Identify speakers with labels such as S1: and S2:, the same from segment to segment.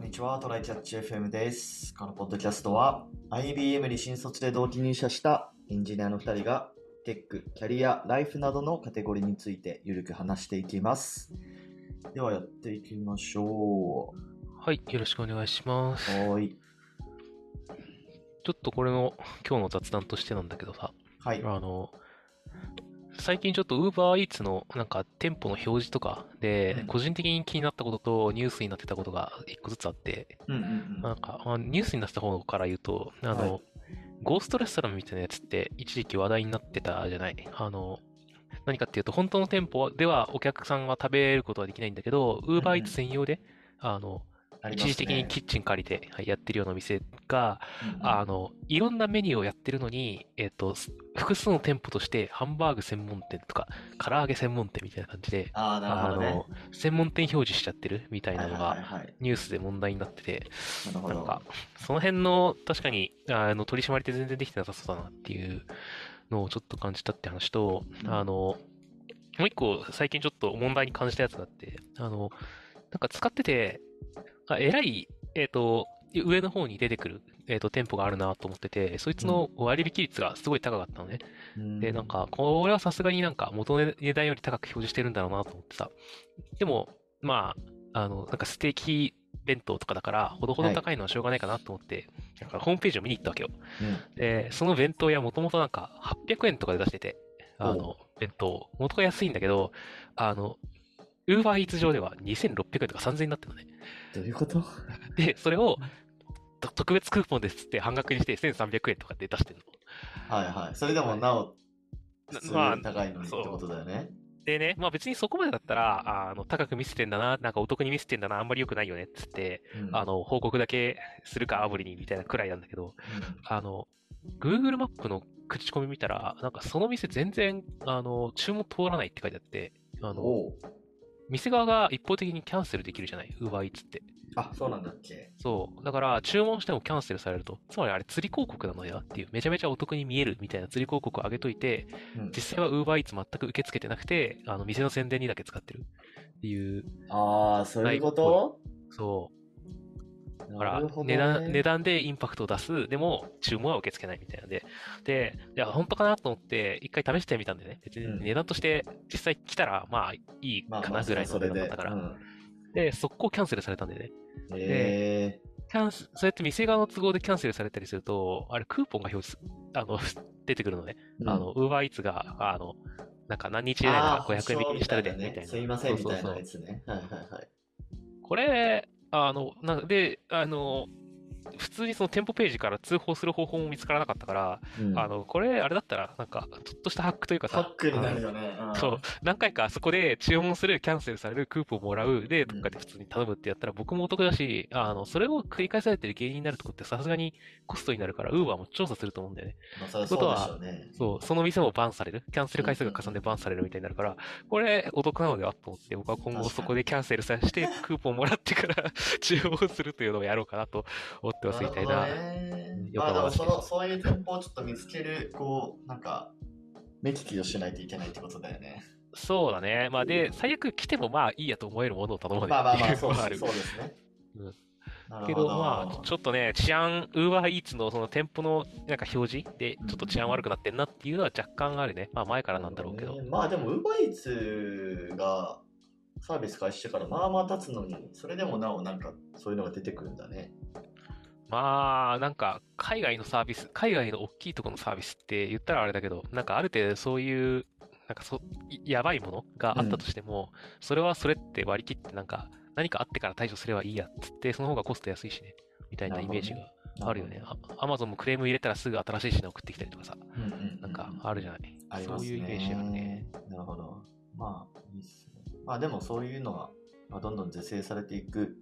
S1: にちは。トライキャッチ FM です。このポッドキャストは IBM に新卒で同期入社したエンジニアの2人がテック、キャリア、ライフなどのカテゴリーについてゆるく話していきます。ではやっていきましょう。
S2: はい、よろしくお願いします。
S1: はーい。
S2: ちょっとこれの今日の雑談としてなんだけどさ、
S1: はい。
S2: あの、最近ちょっと UberEats のなんか店舗の表示とか
S1: う
S2: で
S1: ん、
S2: 個人的に気になったこととニュースになってたことが一個ずつあって、
S1: うんうんうん。
S2: なんか、まあ、ニュースになってた方から言うと、あの、
S1: は
S2: ゴーストレストランみたいなやつって一時期話題になってたじゃない。あの、何かっていうと、本当の店舗ではお客さんは食べることはできないんだけど、UberEats 専用で、あの、
S1: あります
S2: 一
S1: ね
S2: 時的にキッチン借りてはいやってるようなお店が、
S1: うんうん
S2: あの、いろんなメニューをやってるのに、えっ、と、す複数の店舗として、ハンバーグ専門店とか、唐揚げ専門店みたいな感じで、
S1: あーな
S2: あ
S1: るほどね
S2: の。、専門店表示しちゃってるみたいなの
S1: はいはい
S2: が、
S1: はいはい。
S2: ニュースで問題になってて、
S1: なるほ
S2: なん
S1: ど
S2: か。、その辺の、確かに、あの、取り締まりって全然できてなさそうだなっていうのをちょっと感じたって話と、あの、もう一個、最近ちょっと問題に感じたやつがあって、あの、なんか使ってて、あ、えらい、えっ、と、上の方に出てくる、えっ、と、店舗があるなと思ってて、そいつの割引率がすごい高かったのね。で、なんか、これはさすがになんか元の値段より高く表示してるんだろうなと思ってさ。でも、まあ、あの、なんかステーキ弁当とかだから、ほどほど高いのはしょうがないかなと思って、なんかホームページを見に行ったわけよ。
S1: うん、
S2: で、その弁当屋もともとなんか800円とかで出してて、あの、弁当、元が安いんだけど、あの、ウーバーイーツ上では2600円とか3000円になってるのね。
S1: どういうこと
S2: で、それを、と特別クーポンですっつって半額にして1300円とかで出してるの。
S1: はいはい。それでもなお、普通
S2: まあ
S1: より高いのにってことだよね。
S2: でね、まあ別にそこまでだったら、ああの、高く見せてんだな、なんかお得に見せてんだな、あんまり良くないよねっつって、
S1: うん
S2: あ、の、報告だけするか、アブリに、みたいなくらいなんだけど、
S1: うん
S2: あの、Google マップの口コミ見たら、なんかその店全然、あの、注文通らないって書いてあって、あの、
S1: おう
S2: 店側が一方的にキャンセルできるじゃない ?UberEats って。
S1: あ、そうなんだっけ。
S2: そう。だから、注文してもキャンセルされると。つまりあれ、釣り広告なのよっていう、めちゃめちゃお得に見えるみたいな釣り広告を上げといて、
S1: うん
S2: 実際は UberEats 全く受け付けてなくて、あの、店の宣伝にだけ使ってるっていう、
S1: ああ、そういうこと
S2: そう。だか
S1: な
S2: ら、
S1: るほどね
S2: 値段、値段でインパクトを出す、でも、注文は受け付けないみたいなので。で、いや、本当かなと思って、一回試してみたんでね。別
S1: うん
S2: に値段として、実際来たら、まあ、いい
S1: まあ
S2: か
S1: まあ
S2: なぐらいの
S1: それ
S2: 値段だっ
S1: で。
S2: たか
S1: う
S2: ら。
S1: ん
S2: で、速攻キャンセルされたんでね。
S1: へ
S2: キャンセそうやって店側の都合でキャンセルされたりすると、あれ、クーポンが表示す、あの、 出てくるのね。
S1: ー
S2: あの、ウーバーイーツが、あの、なんか何日以内な
S1: あ
S2: ら
S1: ー
S2: 500円引きにしたるで、
S1: そう
S2: み
S1: みたい
S2: たいな。
S1: なねすいませんみたい
S2: そう
S1: な
S2: そう
S1: やつね。はいはいはい。
S2: そうこれ、あの、なんかで、あの、普通にその店舗ページから通報する方法も見つからなかったから、
S1: うん
S2: あの、これ、あれだったら、なんか、ちょっとしたハックというか
S1: ハ
S2: さ、
S1: ックになるよね。
S2: あ
S1: ん
S2: のそう、何回かそこで注文する、キャンセルされる、クーポンもらう、で、どっかで普通に頼むってやったら僕もお得だし、あの、それを繰り返されてる原因になるとこってさすがにコストになるから、ウーバーも調査すると思うんだよね。
S1: まあ、それはそうでしょうね。
S2: そう、その店もバンされる、キャンセル回数が重ねてバンされるみたいになるから、これお得なのではと思って、僕は今後そこでキャンセルさせて、クーポンもらってから 注文するというのをやろうかなと思ってますみたいな。
S1: ね
S2: よく
S1: まあでも
S2: わか
S1: そ
S2: んない
S1: のそういう店舗をちょっと見つける、こう、なんか、目利きをしないといけないってことだよね。
S2: そうだね。まあで、最悪来てもまあいいやと思えるものを頼ま
S1: まあま
S2: な
S1: あ
S2: いって
S1: まあ、
S2: い
S1: そ
S2: うの
S1: う
S2: は
S1: そ
S2: あ
S1: う
S2: る。
S1: ですね。
S2: うん
S1: なる
S2: け
S1: ほ
S2: ど
S1: ど。
S2: まあ、ちょっとね、治安、ウーバーイーツのその店舗のなんか表示で、ちょっと治安悪くなってんなっていうのは若干あるね。まあ前からなんだろうけど。
S1: ねまあでも UberEats がサービス開始してからまあまあ経つのにそれでもなおなんかそういうのが出てくるんだね
S2: まあ、なんか、海外のサービス、海外の大きいところのサービスって言ったらあれだけど、なんかある程度そういう、なんかそ、いやばいものがあったとしても、それはそれって割り切って、なんか、何かあってから対処すればいいやっつって、その方がコスト安いしね、みたいなイメージがあるよね。アマゾンもクレーム入れたらすぐ新しい品送ってきたりとかさ、
S1: うんうんうん
S2: なんかあるじゃない。
S1: あり
S2: そ
S1: ま
S2: う
S1: す
S2: いうイメージがね。
S1: なるほどまあいいっすねまあでもそういうのはまあどんどん是正されていく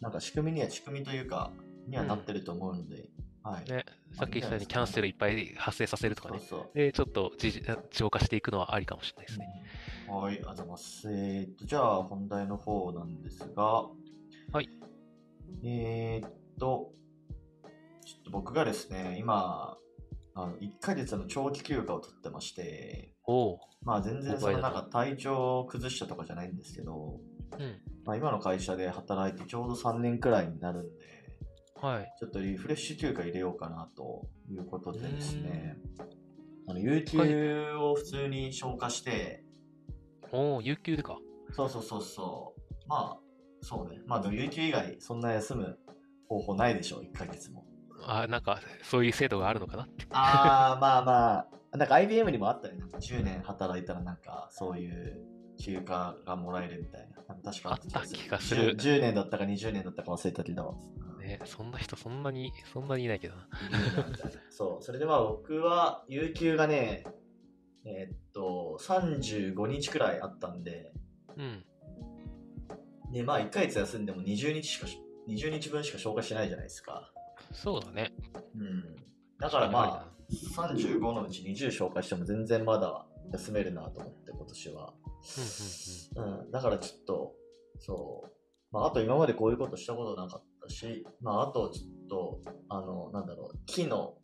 S1: なんか仕組みには仕組みというかにはなってると思うので、はい
S2: ね、さっき言ったようにキャンセルいっぱい発生させるとかね。
S1: そうそう
S2: で、ちょっと自治浄化していくのはありかもしれないですね。
S1: はい、ありがとうございます。えーっと、じゃあ本題の方なんですが、
S2: はい。
S1: えーっと、ちょっと僕がですね、今、あの1ヶ月の長期休暇を取ってまして、
S2: おお
S1: まあ全然
S2: 了
S1: そ
S2: 解
S1: の
S2: だ
S1: なんか体調を崩したとかじゃないんですけど、
S2: うん。
S1: まあ、今の会社で働いてちょうど3年くらいになるんで、
S2: はい。
S1: ちょっとリフレッシュ休暇入れようかなということでですね、あの有
S2: は
S1: 給を普通に消化して、
S2: おお、有給でか。
S1: そうそうそうそう、まあ、そうね、まあ、でも有給以外、そんな休む方法ないでしょう、1ヶ月も。
S2: あなんか、そういう制度があるのかなって。
S1: ああ、 まあまあ、なんか IBM にもあったよね、なんか10年働いたら、なんかそういう休暇がもらえるみたいな、なんか確かた
S2: あった気がする
S1: 10, 10年だったか20年だったか忘れたけど。
S2: ね、そんな人、そんなに、そんなにいないけどな。
S1: そう、それでまあ僕は、有給がね、えーっと、35日くらいあったんで、
S2: うん。
S1: で、まあ1ヶ月休んでも20日しかし、20日分しか消化しないじゃないですか。
S2: そうだね。
S1: うん。だからまあ、35のうち20消化しても全然まだ休めるなと思って、今年は。うん、だからちょっと、そう。まあ、あと今までこういうことしたことなかったし、まあ、あとちょっと、あの、なんだろう、木の、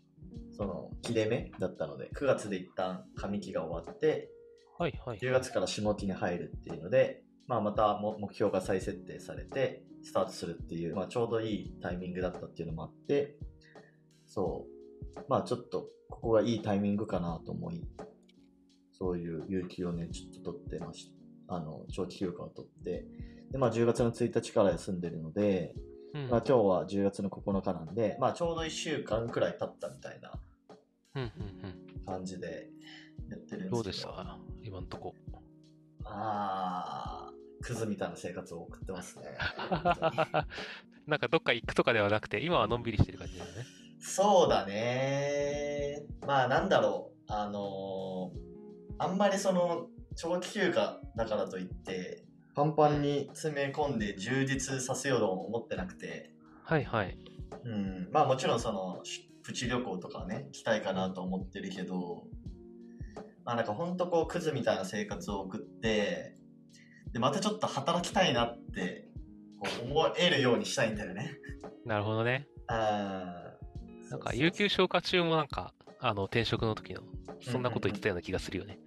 S1: その、切れ目だったので、9月で一旦上木が終わって、
S2: はいはい。
S1: 10月から下木に入るっていうので、まあ、またも目標が再設定されて、スタートするっていう、まあ、ちょうどいいタイミングだったっていうのもあって、そう。まあ、ちょっと、ここがいいタイミングかなと思い、そういう有給をね、ちょっと取ってました。あの、長期休暇を取って、で、まあ、10月の1日から休んでるので、
S2: うん
S1: まあ、今日は10月の9日なんで、まあ、ちょうど1週間くらい経ったみたいな
S2: うんうん
S1: 感じでやってるんですけ
S2: うん。
S1: ど。
S2: どうでした今ん とこ。
S1: ああ、クズみたいな生活を送ってますね。
S2: なんかどっか行くとかではなくて、今はのんびりしてる感じだよね。
S1: そうだね。まあなんだろう。あのーあんまりその長期休暇だからといって、パンパンに詰め込んで充実させようとも思ってなくて、
S2: はいはい。
S1: うん、まあもちろんそのしプチ旅行とかはね、来たいかなと思ってるけど、まあなんかほんとこうクズみたいな生活を送って、で、またちょっと働きたいなってこう思えるようにしたいんだよね。
S2: なるほどね。
S1: あー
S2: なんか、有給消化中もなんか、あの、転職の時の、そんなこと言ってたような気がするよね。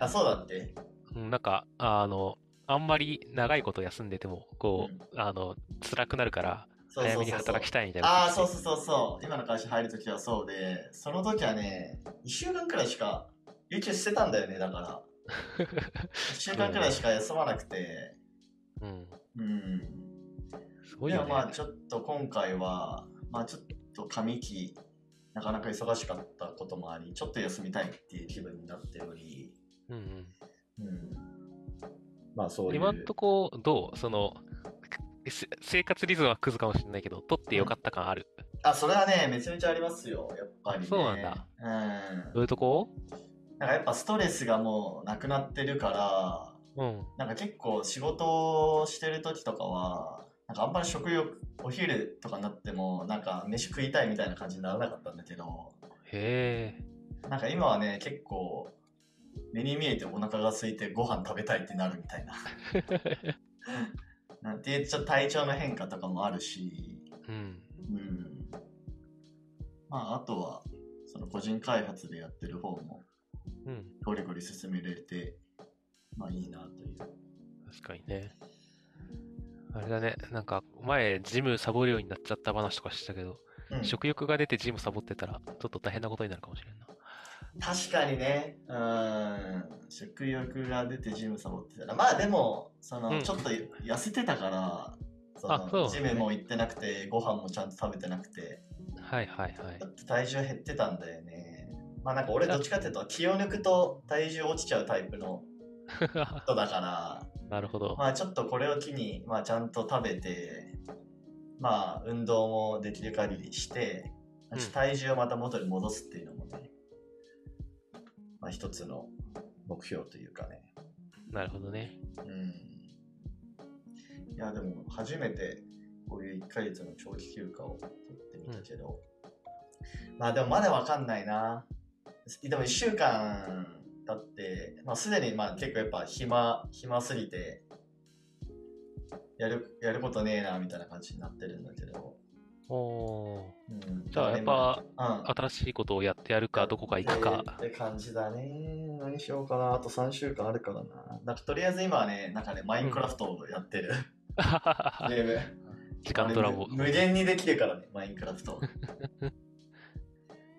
S1: あ、そうだって。
S2: うんなんか、あの、あんまり長いこと休んでても、こう、あの、辛くなるから、
S1: そうそうそうそう
S2: 早めに働きたいみたいな。
S1: ああ、そうそうそうそう。今の会社入るときはそうで、その時はね、1週間くらいしか、有給してたんだよね、だ から。1週間くらいしか休まなくて、
S2: う。うん。
S1: うん。
S2: すごい
S1: で
S2: よ
S1: も
S2: ね。
S1: まあちょっと今回は、まあちょっと上期、なかなか忙しかったこともあり、ちょっと休みたいっていう気分になっており、
S2: うんうん
S1: うん。まあそういう。
S2: 今んとこどうそのくせ生活リズムはクズかもしれないけど取ってよかった感ある、
S1: あ、それはね、めちゃめちゃありますよ、やっぱり、ね。
S2: そうなんだ。
S1: うん。
S2: どういうとこ
S1: なんかやっぱストレスがもうなくなってるから、
S2: うん
S1: なんか結構仕事をしてる時とかは、なんかあんまり食欲、お昼とかになっても、なんか飯食いたいみたいな感じにならなかったんだけど、
S2: へえ
S1: なんか今はね、結構、目に見えてお腹が空いてご飯食べたいってなるみたいな。なんていうちょっと体調の変化とかもあるし、
S2: うん
S1: うん。まああとは、その個人開発でやってる方も、
S2: うん
S1: ゴリゴリ進めれて、まあいいなという。
S2: 確かにねあれだねなんか前ジムサボるようになっちゃった話とかしてたけど、
S1: うん
S2: 食欲が出てジムサボってたらちょっと大変なことになるかもしれんな
S1: 確かにね、うん、食欲が出てジムサボってたら、まあでも、その、
S2: うん
S1: ちょっと痩せてたから、そ
S2: あそう
S1: の
S2: ね
S1: ジムも行ってなくて、ご飯もちゃんと食べてなくて、
S2: はいはいはい
S1: ちょっと体重減ってたんだよね。まあなんか俺どっちかっていうと気を抜くと体重落ちちゃうタイプの人だから、
S2: なるほど、
S1: まあちょっとこれを機に、まあちゃんと食べて、まあ運動もできる限りして、
S2: うん
S1: 体重をまた元に戻すっていうのもね、まあ一つの目標というかね。
S2: なるほどね
S1: うん。いや、でも初めてこういう1ヶ月の長期休暇を取ってみたけど、まあでもまだわかんないな。でも1週間経って、まあすでにまあ結構やっぱ暇、暇すぎて、やる、やることねえなみたいな感じになってるんだけど、
S2: おー
S1: うん、
S2: じゃあやっぱ
S1: うん、
S2: 新しいことをやってやるか、どこか行くか。
S1: って感じだね。何しようかな。あと3週間あるからな。なんかとりあえず今はね、なんかね、マインクラフトをやってる、ゲーム。
S2: 時間トラボ
S1: あ。れ無無限にできるからね、マインクラフ ト。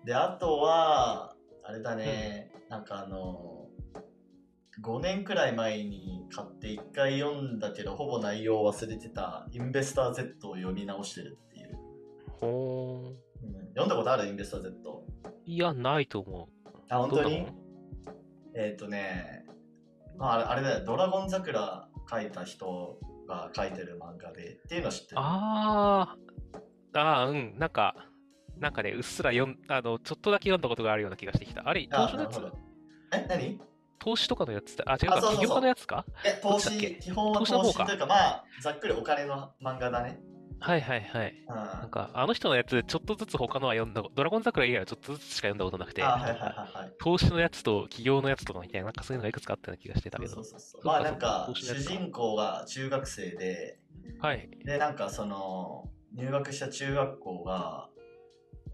S1: で、あとは、あれだね、なんかあの、5年くらい前に買って1回読んだけど、ほぼ内容を忘れてた、インベスター Z を読み直してるっていう。
S2: ほー
S1: うん読んだことあるインベスター Z。
S2: いや、ないと思う。
S1: あ、本当
S2: どう
S1: に
S2: なの
S1: えっ、とね、まあ、あれあれだよ、ドラゴン桜描いた人が描いてる漫画でっていうの知ってる
S2: あー、あー、うん、なんか、なんかね、うっすら読ん、あの、ちょっとだけ読んだことがあるような気がしてきた。あれ、投
S1: あ
S2: 資の
S1: な
S2: や
S1: るほ
S2: つ
S1: ど。え、何
S2: 投資とかのやつだ。あ、違う
S1: あ
S2: か、
S1: そうそうそう
S2: 起業家のやつか
S1: え、投
S2: どっちだっけ
S1: 資、基本は
S2: 投資の
S1: 投
S2: 方
S1: 資
S2: か
S1: というか、まあ、ざっくりお金の漫画だね。
S2: はいはいはい。
S1: うん。
S2: なん
S1: あ、
S2: か、あの人のやつ、ちょっとずつ他のは読んだ、ドラゴン桜以外はちょっとずつしか読んだことなくて、
S1: はいはい
S2: なんか
S1: はいはい。
S2: 投資のやつと企業のやつとかみたいな、なんかそういうのがいくつかあったような気がしてたけ
S1: そ
S2: ど
S1: う。そうそう。まあなんか、
S2: 投資の
S1: 主
S2: やつか
S1: 人公が中学生で、
S2: はい。
S1: で、なんかその、入学した中学校が、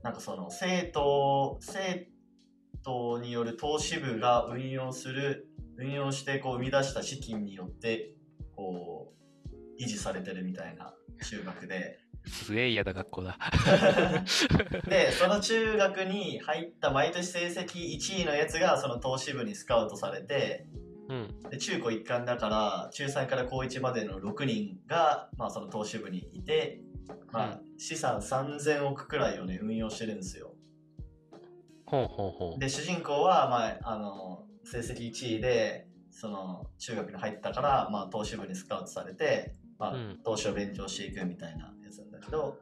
S1: なんかその、生徒、生徒による投資部が運用する、運用してこう生み出した資金によって、こう、維持されてるみたいな中学で。
S2: すげえ嫌な学校だ。
S1: で、その中学に入った毎年成績1位のやつが、その投資部にスカウトされて、
S2: うん。
S1: で中高一貫だから、中3から高1までの6人が、まあその投資部にいて、まあ、資産3000億くらいをね、運用してるんですよ。
S2: ほうほうほう。
S1: で、主人公は、まあ、あの、成績1位で、その、中学に入ったから、まあ、投資部にスカウトされて、まあ
S2: うん、
S1: 投資を勉強していくみたいなやつなんだけど、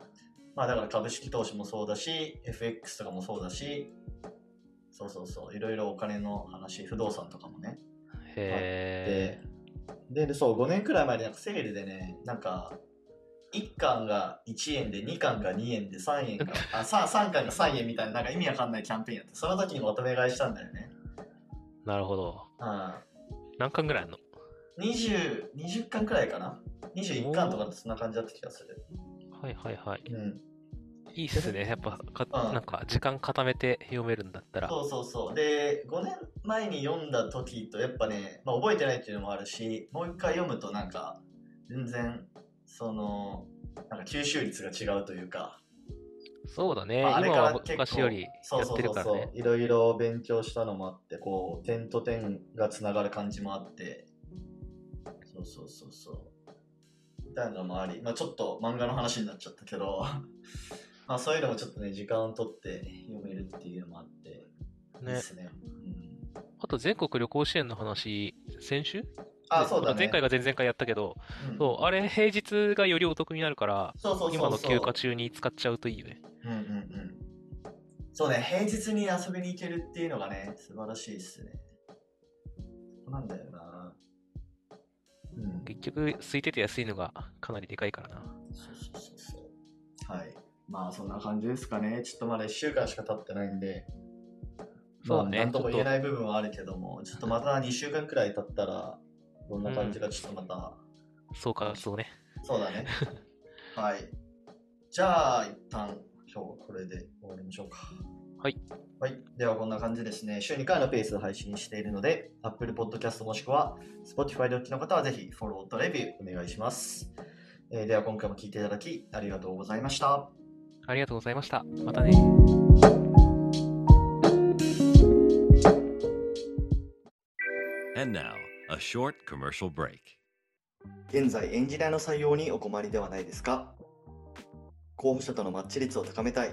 S1: まあ、だから株式投資もそうだし、FX とかもそうだし、そうそうそう、いろいろお金の話、不動産とかもね。
S2: へえ。
S1: で、でそう、5年くらい前で、なんかセールでね、なんか、1巻が1円で、2巻が2円で、3円が、あ、3, 3巻が3円みたいな、なんか意味わかんないキャンペーンやって、その時にまとめ買いしたんだよね。
S2: なるほど。
S1: うん。
S2: 何巻ぐらいあんの
S1: 20, 20巻くらいかな ?21 巻とかそんな感じだった気がする。
S2: はいはいはい。
S1: うん。
S2: いいっす ね。やっぱ、か
S1: うん
S2: なんか、時間固めて読めるんだったら。
S1: そうそうそう。で、5年前に読んだ時と、やっぱね、まあ、覚えてないっていうのもあるし、もう一回読むとなんか、全然、その、なんか吸収率が違うというか、
S2: そうだね。
S1: まあ、あれ
S2: 今
S1: から
S2: は
S1: 結構
S2: 昔よりやってるから
S1: そうそうそう
S2: ね
S1: そ。ういろいろ勉強したのもあってこう点と点がつながる感じもあってそうそうそうそうみたいなのもあり、まあ、ちょっと漫画の話になっちゃったけど まあそういうのもちょっとね時間を取って読めるっていうのもあっていい
S2: ね
S1: で。すねうん、
S2: あと、全国旅行支援の話、先週
S1: あ
S2: で
S1: そうだね
S2: 前回が前々回やったけど、
S1: うん
S2: そう、あれ、平日がよりお得になるから、
S1: そうそうそうそう
S2: 今の休暇中に使っちゃうといいよね。
S1: うんうんうんそうね平日に遊びに行けるっていうのがね素晴らしいっすねなんだよなうん
S2: 結局、空いてて安いのがかなりでかいからな。
S1: そうそうそうそう。はい。まあそんな感じですかね。ちょっとまだ1週間しか経ってないんで、
S2: そうね
S1: まあ、なんとも言え
S2: ちょっ
S1: ない部分はあるけども、ちょっとまた2週間くらい経ったら、どんな感じかちょっとまた、
S2: とそうか、そうね。
S1: そう だね。はい。じゃあ、一旦今日はこれで終わりましょうか。
S2: はい。
S1: はい。ではこんな感じですね。週2回のペースで配信しているので、Apple Podcast もしくは Spotify でお聞きの方はぜひフォローとレビューお願いします。えーでは今回も聞いていただきありがとうございました。
S2: ありがとうございました。またね。
S3: And now, a short commercial break.
S1: 現在エンジニアの採用にお困りではないですか候補者とのマッチ率を高めたい